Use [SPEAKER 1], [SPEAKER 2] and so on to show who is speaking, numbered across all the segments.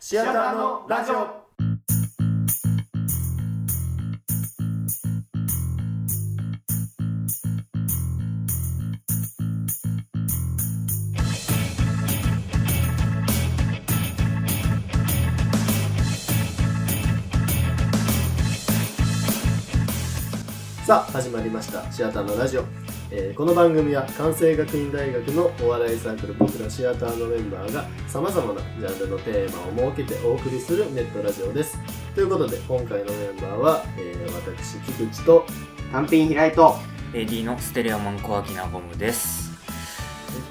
[SPEAKER 1] シアターのラジオさあ始まりましたシアターのラジオ、えーこの番組は関西学院大学のお笑いサークル僕らシアターのメンバーがさまざまなジャンルのテーマを設けてお送りするネットラジオですということで今回のメンバーは、えー私菊池と
[SPEAKER 2] 単品開いと
[SPEAKER 3] AD のステレオマンコアキナゴムです、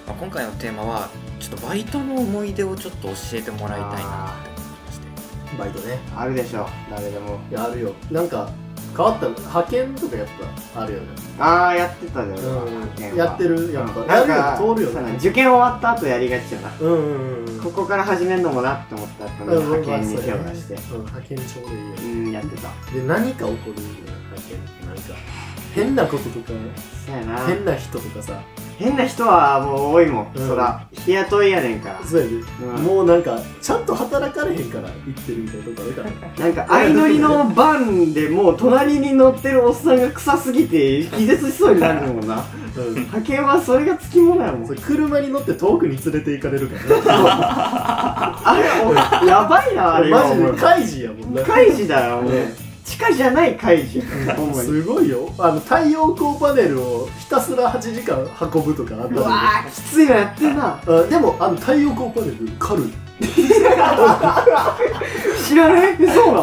[SPEAKER 3] まあ、今回のテーマはちょっとバイトの思い出をちょっと教えてもらいたいなって思いまして
[SPEAKER 1] バイトね
[SPEAKER 2] あるでしょ誰でも
[SPEAKER 1] いやあるよなんか変わったの派遣とかやっぱあるよね
[SPEAKER 2] ああやってたじ
[SPEAKER 1] う
[SPEAKER 2] ゃん、
[SPEAKER 1] ん
[SPEAKER 2] 俺は
[SPEAKER 1] やってるやっぱ
[SPEAKER 2] うん
[SPEAKER 1] や
[SPEAKER 2] なん
[SPEAKER 1] る
[SPEAKER 2] か
[SPEAKER 1] よね通るよ
[SPEAKER 2] そうだね
[SPEAKER 1] ね
[SPEAKER 2] 受験終わった後やりがちやな
[SPEAKER 1] うんうんうん
[SPEAKER 2] ここから始めるのもなって思ったら
[SPEAKER 1] うん
[SPEAKER 2] 派遣に手を出して
[SPEAKER 1] うん派遣ちょうどいいよね
[SPEAKER 2] うんやってた
[SPEAKER 1] で何か起こるんだよ派遣ってなんか変なこととか
[SPEAKER 2] そうやな
[SPEAKER 1] 変な人とかさ
[SPEAKER 2] 変な人はもう多いもん、
[SPEAKER 1] うん
[SPEAKER 2] そら日雇いやねんから、
[SPEAKER 1] そうやで、
[SPEAKER 2] うん
[SPEAKER 1] もうなんかちゃんと働かれへんから生きてるみたいなとこあるから
[SPEAKER 2] なんか相乗りのバンでもう隣に乗ってるおっさんが臭すぎて気絶しそうになるもんな
[SPEAKER 1] うん
[SPEAKER 2] 派遣はそれがつきものやもん
[SPEAKER 1] それ車に乗って遠くに連れて行かれるからね
[SPEAKER 2] あれおやばいなあれは
[SPEAKER 1] マジでカイジやもんな
[SPEAKER 2] カイジだよ、もう
[SPEAKER 1] ね
[SPEAKER 2] 地下じゃないカイジ。ほんまに。
[SPEAKER 1] すごいよあの太陽光パネルをひたすら8時間運ぶとかあった
[SPEAKER 2] う
[SPEAKER 1] の
[SPEAKER 2] わ
[SPEAKER 1] に
[SPEAKER 2] ー、きついのやってんな。
[SPEAKER 1] あでもあの太陽光パネル軽 い
[SPEAKER 2] 知らないそうな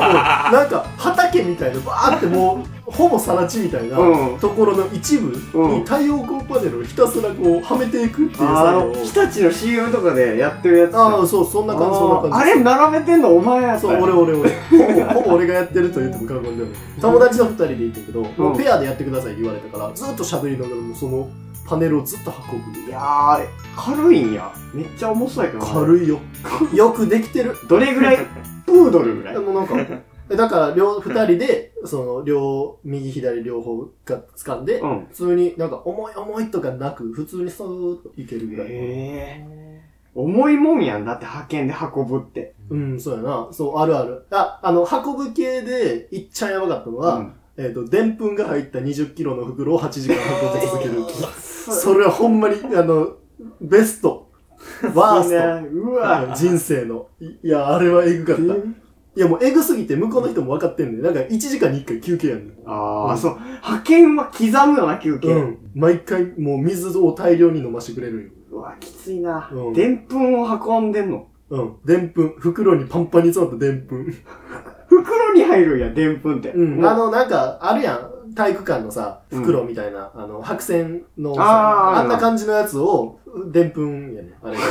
[SPEAKER 1] なんか畑みたいなバーってもうほぼさら地みたいな
[SPEAKER 2] うん
[SPEAKER 1] ところの一部
[SPEAKER 2] う
[SPEAKER 1] に
[SPEAKER 2] ん
[SPEAKER 1] 太陽光パネルをひたすらこうはめていくっていう作
[SPEAKER 2] あ
[SPEAKER 1] 業
[SPEAKER 2] の、日立の CM とかでやってるやつだ。
[SPEAKER 1] をああそうそんな感じそんな感じ
[SPEAKER 2] あーあれ並べてんのお前やった
[SPEAKER 1] そう俺俺俺ほぼほぼ俺がやってると言っても過言ではない友達の2人でいたけど、もうペアでやってくださいって言われたからずっと喋りながらもうそのパネルをずっと運ぶ
[SPEAKER 2] いやー、軽いんや。めっちゃ重そうやけど。い。
[SPEAKER 1] 軽いよよくできてる
[SPEAKER 2] どれぐ らいプードルぐらい
[SPEAKER 1] でもなん かえだから両2人でその両右左両方が掴んで、
[SPEAKER 2] うん。
[SPEAKER 1] 普通になんか重い重いとかなく普通にそーっといけるぐらい、
[SPEAKER 2] へー。重いもんやん。だって派遣で運ぶって。
[SPEAKER 1] うんそうやなそうあるあるああの運ぶ系でいっちゃんやばかったのは、
[SPEAKER 2] うん
[SPEAKER 1] えっ、とでんぷんが入った2 0キロの袋を8時間運び続ける
[SPEAKER 2] そ
[SPEAKER 1] それはほんまにあのベス トワース
[SPEAKER 2] ねう
[SPEAKER 1] トあの
[SPEAKER 2] わ
[SPEAKER 1] 人生のいいやあれはエグかったいやもうエグすぎて向こうの人も分かってんねんなんか1時間に1回休憩やんねん
[SPEAKER 2] あ
[SPEAKER 1] う
[SPEAKER 2] あ、
[SPEAKER 1] ん
[SPEAKER 2] そう。派遣は刻むよな、休憩。
[SPEAKER 1] うん、毎回もう水を大量に飲ましてくれるんよ
[SPEAKER 2] うわ、きついな
[SPEAKER 1] うん。
[SPEAKER 2] でんぷんを運んでんの。
[SPEAKER 1] うん。でんぷん。袋にパンパンに詰まったでんぷん。
[SPEAKER 2] 袋に入るんや、でんぷんって。
[SPEAKER 1] うん、
[SPEAKER 2] あ
[SPEAKER 1] あの、なんか、あるやん。体育館のさ、袋みたいな、あの、白線のさ
[SPEAKER 2] あー
[SPEAKER 1] あんな感じのやつを、でんぷんやねあ れが。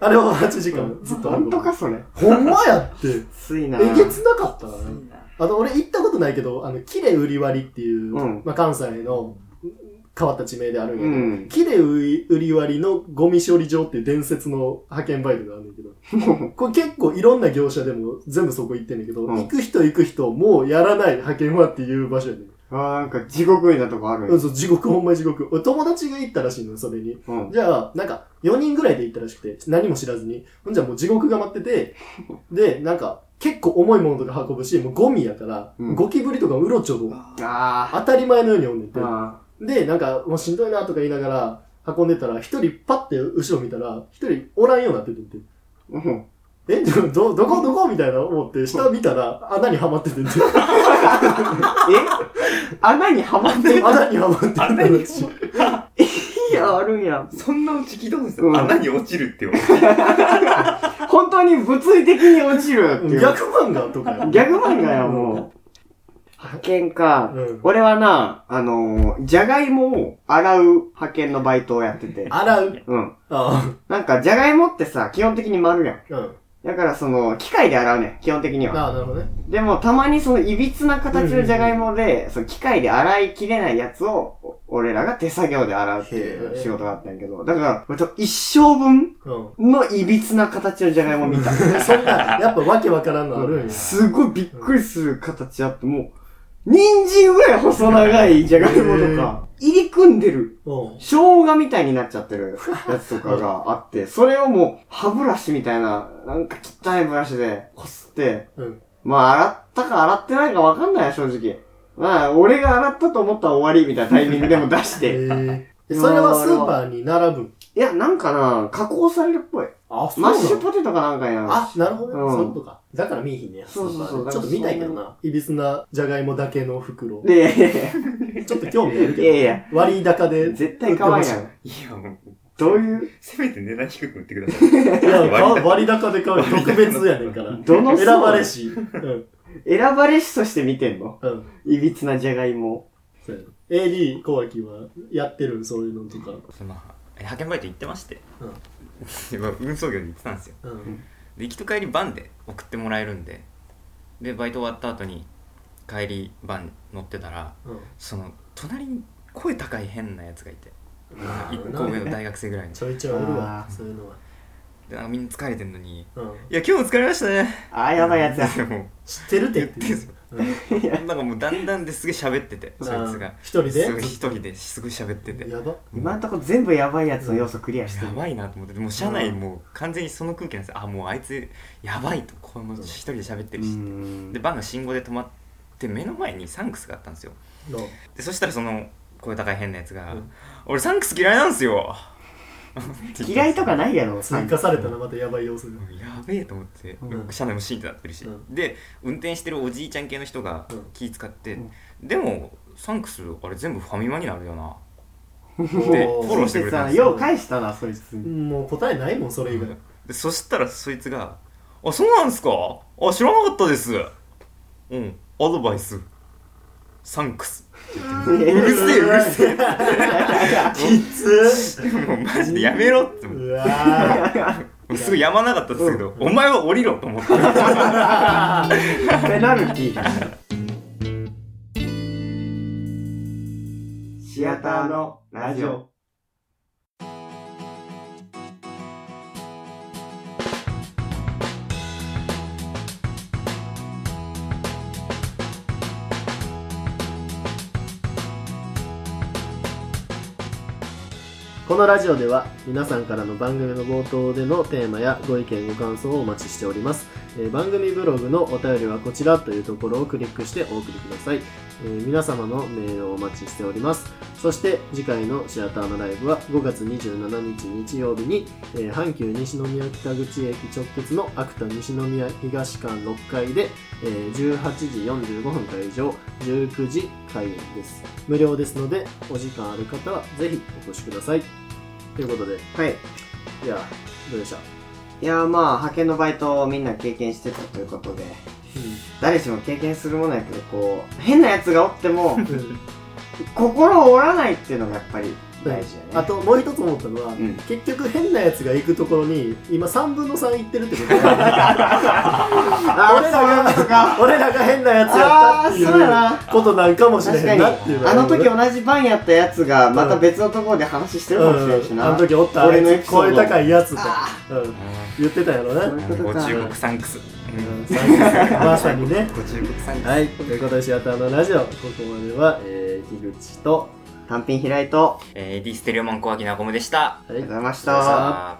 [SPEAKER 1] あれを8時間ずっと
[SPEAKER 2] ほ
[SPEAKER 1] 運
[SPEAKER 2] ん
[SPEAKER 1] ぶ
[SPEAKER 2] と。か、それ。
[SPEAKER 1] ほんまやって。
[SPEAKER 2] ついな。
[SPEAKER 1] えげつなかったな。
[SPEAKER 3] う
[SPEAKER 1] あと、俺行ったことないけど、あの、キレ売り割りっていう、
[SPEAKER 2] うん
[SPEAKER 1] まあ、関西の変わった地名であるんや
[SPEAKER 2] う
[SPEAKER 1] けど、
[SPEAKER 2] ん。
[SPEAKER 1] キレ売り割りのゴミ処理場っていう伝説の派遣バイトがあるんだけど、 これ結構いろんな業者でも全部そこ行ってんだけど、
[SPEAKER 2] うん
[SPEAKER 1] 行く人行く人、もうやらない派遣はっていう場所やねん。
[SPEAKER 2] あーなんか地獄みたいなとこあるん
[SPEAKER 1] う
[SPEAKER 2] や
[SPEAKER 1] ん、。そう、地獄、ほんまに地獄。俺友達が行ったらしいのよ、それに。
[SPEAKER 2] うん。
[SPEAKER 1] じゃあ、なんか、4人ぐらいで行ったらしくて、何も知らずに。ほんじゃもう地獄が待ってて、で、なんか、結構重いものとか運ぶし、もうゴミやから、
[SPEAKER 2] うん
[SPEAKER 1] ゴキブリとかうろちょろ、
[SPEAKER 2] あ
[SPEAKER 1] 当たり前のようにおんねんて
[SPEAKER 2] ー。あ
[SPEAKER 1] で、なんか、もうしんどいなとか言いながら、運んでたら、一人パッて後ろ見たら、一人おらんようになっててんて。
[SPEAKER 2] ー。うん。
[SPEAKER 1] え、 ど、どどこどこみたいな思って、下見たら、穴にはまっててんて。
[SPEAKER 2] え穴にはまってる。
[SPEAKER 1] 穴にはまってた
[SPEAKER 3] 穴に
[SPEAKER 1] らしい。
[SPEAKER 2] いや、あるんや。
[SPEAKER 3] んそんなうち聞いたことないです
[SPEAKER 2] うん
[SPEAKER 3] よ穴に落ちるって思う
[SPEAKER 2] 本当に物理的に落ちるっていう。
[SPEAKER 1] 逆漫画とかや。
[SPEAKER 2] ギャグ漫画や、もう。派遣か。
[SPEAKER 1] うん。
[SPEAKER 2] 俺はな、あのー、じゃがいもを洗う派遣のバイトをやってて。
[SPEAKER 1] 洗う。
[SPEAKER 2] うん。
[SPEAKER 1] あ
[SPEAKER 2] なんか、じゃがいもってさ、基本的に丸やん。
[SPEAKER 1] あ。うん。
[SPEAKER 2] だからその、機械で洗うねん、基本的には。
[SPEAKER 1] ああ、なるほどね。
[SPEAKER 2] でも、たまにその、いびつな形のじゃがいもで、その、機械で洗いきれないやつを、お俺らが手作業で洗うっていう仕事があったんやけど、だから、俺と一生分
[SPEAKER 1] うん。
[SPEAKER 2] のいびつな形のじゃがいも見た。
[SPEAKER 1] そんな、やっぱわけわからんのあるんや。
[SPEAKER 2] すごいびっくりする形あって、もう、人参ぐらい細長いじゃがいもとか、入り組んでる、
[SPEAKER 1] うん。
[SPEAKER 2] 生姜みたいになっちゃってるやつとかがあって、それをもう歯ブラシみたいな、なんか汚いブラシでこすって、
[SPEAKER 1] うん
[SPEAKER 2] まあ洗ったか洗ってないかわかんないよ、正直。まあ、俺が洗ったと思ったら終わりみたいなタイミングでも出して。
[SPEAKER 1] えー、それはスーパーに並ぶ。
[SPEAKER 2] いや、なんかな、加工されるっぽい。
[SPEAKER 1] あ、そ
[SPEAKER 2] マッシュポテトかなんかやな。
[SPEAKER 1] あ、なるほどね。
[SPEAKER 2] うん
[SPEAKER 1] そういうことか。だから見えひんねや。
[SPEAKER 2] そうそうそう
[SPEAKER 1] スーパーでちょっと見たいけどな。いびつなじゃがいもだけの袋。
[SPEAKER 2] で、い
[SPEAKER 1] ちょっと興味ある
[SPEAKER 2] やい
[SPEAKER 1] け
[SPEAKER 2] や、
[SPEAKER 1] ど。割高で。
[SPEAKER 2] 絶対可愛いやん。
[SPEAKER 3] いや、もう
[SPEAKER 2] どういう、
[SPEAKER 3] せめて値段低く売ってください。
[SPEAKER 1] いや、
[SPEAKER 3] 割
[SPEAKER 1] か
[SPEAKER 3] 高
[SPEAKER 1] 割高で買う。特別やねんから。
[SPEAKER 2] どの層
[SPEAKER 1] 選ばれし。うん。
[SPEAKER 2] 選ばれしとして見てんの
[SPEAKER 1] うん。
[SPEAKER 2] いびつなじゃがいも。
[SPEAKER 1] そうやな AD 小脇はやってるそういうのとか。
[SPEAKER 3] まあ、派遣バイト行ってまして。
[SPEAKER 1] うん
[SPEAKER 3] でまあ運送業に行ってたんですよ。
[SPEAKER 1] うん。
[SPEAKER 3] で行きと帰りバンで送ってもらえるんででバイト終わった後に帰りバン乗ってたら
[SPEAKER 1] うん。
[SPEAKER 3] その隣に声高い変なやつがいて
[SPEAKER 1] あ
[SPEAKER 3] 1
[SPEAKER 1] ー
[SPEAKER 3] 個上の大学生ぐらいに
[SPEAKER 1] ちょいちょいおるわ
[SPEAKER 2] あ。ー
[SPEAKER 1] そういうのは。
[SPEAKER 3] でなんかみんな疲れてんのに
[SPEAKER 1] うん。
[SPEAKER 3] 「いや今日も疲れましたね」
[SPEAKER 2] ああ、やばいやつや。
[SPEAKER 3] も
[SPEAKER 1] 知ってるって言って
[SPEAKER 3] 言って
[SPEAKER 1] る。うん
[SPEAKER 3] うなんかもうだんだんですげえ喋っててそいつ
[SPEAKER 1] あー
[SPEAKER 3] が
[SPEAKER 1] 一人
[SPEAKER 3] すごい
[SPEAKER 1] で
[SPEAKER 3] 一人ですごい喋ってて
[SPEAKER 1] やば。
[SPEAKER 2] 今んとこ全部やばいやつの要素クリアして
[SPEAKER 3] や
[SPEAKER 2] る。
[SPEAKER 3] ばいなと思ってもう社内もう完全にその空気なんですよあもうあいつやばいとこれも一人で喋って
[SPEAKER 2] う
[SPEAKER 3] るし
[SPEAKER 2] ん
[SPEAKER 3] でバンが信号で止まって目の前にサンクスがあったんですよ
[SPEAKER 1] の。
[SPEAKER 3] でそしたらその声高い変なやつが「
[SPEAKER 1] うん
[SPEAKER 3] 俺サンクス嫌いなんすよ」って言ったんですよ
[SPEAKER 2] 嫌いとかないやろ、
[SPEAKER 1] 追加されたらまたやばい様子が。
[SPEAKER 3] やべえと思って、
[SPEAKER 1] うん
[SPEAKER 3] 車内もシーンってなってるし、
[SPEAKER 1] うん
[SPEAKER 3] で運転してるおじいちゃん系の人が
[SPEAKER 1] うん
[SPEAKER 3] 気使って、
[SPEAKER 2] うん
[SPEAKER 3] でもサンクスあれ全部ファミマになるよなでフ
[SPEAKER 1] もう
[SPEAKER 3] ォローしてくれたんですよ
[SPEAKER 2] よう返したな、そいつに。
[SPEAKER 1] もう答えないもん、それ以外。
[SPEAKER 3] でそしたらそいつが「あそうなんすかあ知らなかったです」うんアドバイスサンクス
[SPEAKER 2] う
[SPEAKER 3] うるせえうるせえ
[SPEAKER 1] きつ
[SPEAKER 3] もうマジでやめろって思って
[SPEAKER 1] うわ
[SPEAKER 3] もうすごいやまなかったですけど、お前は降りろと 思って
[SPEAKER 2] ペナルティー。シアターのラジオ。
[SPEAKER 1] このラジオでは皆さんからの番組の冒頭でのテーマやご意見ご感想をお待ちしております、えー番組ブログのお便りはこちらというところをクリックしてお送りください、えー皆様のメールをお待ちしておりますそして次回のシアターのライブは5月27日日曜日に、えー阪急西宮北口駅直結のアクタ西宮東館6階で、えー18時45分会場19時開演です無料ですのでお時間ある方はぜひお越しくださいということで
[SPEAKER 2] はい。
[SPEAKER 1] いやどうでした、
[SPEAKER 2] いやーまあ、派遣のバイトをみんな経験してたということで、誰しも経験するものやけど、こう、変なやつがおって も、心を折らないっていうのがやっぱり大事や
[SPEAKER 1] あ
[SPEAKER 2] ね。
[SPEAKER 1] ともう一つ思ったのは、
[SPEAKER 2] うん
[SPEAKER 1] 結局変なやつが行くところに今3分の3行ってるって ことだ
[SPEAKER 2] あ
[SPEAKER 1] 俺らが
[SPEAKER 2] そうか。
[SPEAKER 1] 俺らが変なやつやったってい
[SPEAKER 2] あーそうやな
[SPEAKER 1] うことなんかもしれへんなっていう
[SPEAKER 2] あの時
[SPEAKER 1] は
[SPEAKER 2] 同じ番やったやつが、また別のところで話してるかもしれんし
[SPEAKER 1] うん、あ
[SPEAKER 2] な。
[SPEAKER 1] の時おったあ
[SPEAKER 2] 俺のエ
[SPEAKER 1] い
[SPEAKER 2] ピ
[SPEAKER 1] つ
[SPEAKER 2] ソー
[SPEAKER 1] 声
[SPEAKER 2] ド
[SPEAKER 1] 高いやつとか、うん、
[SPEAKER 3] あ
[SPEAKER 1] 言ってたやろな、
[SPEAKER 2] そういう
[SPEAKER 3] ー
[SPEAKER 2] こ
[SPEAKER 3] ご
[SPEAKER 2] とか。
[SPEAKER 3] 中国サンクス、
[SPEAKER 1] うんさあまさに ね
[SPEAKER 3] ご中国サンクス
[SPEAKER 1] はい、ということでシアターのラジオ、ここまでは、えー、樋口と、
[SPEAKER 2] 単品開いと、
[SPEAKER 3] えー、ディステレオマン小脇なごむでした
[SPEAKER 1] あ
[SPEAKER 2] ありがとうございまし。
[SPEAKER 1] ありがとうございました
[SPEAKER 3] さあ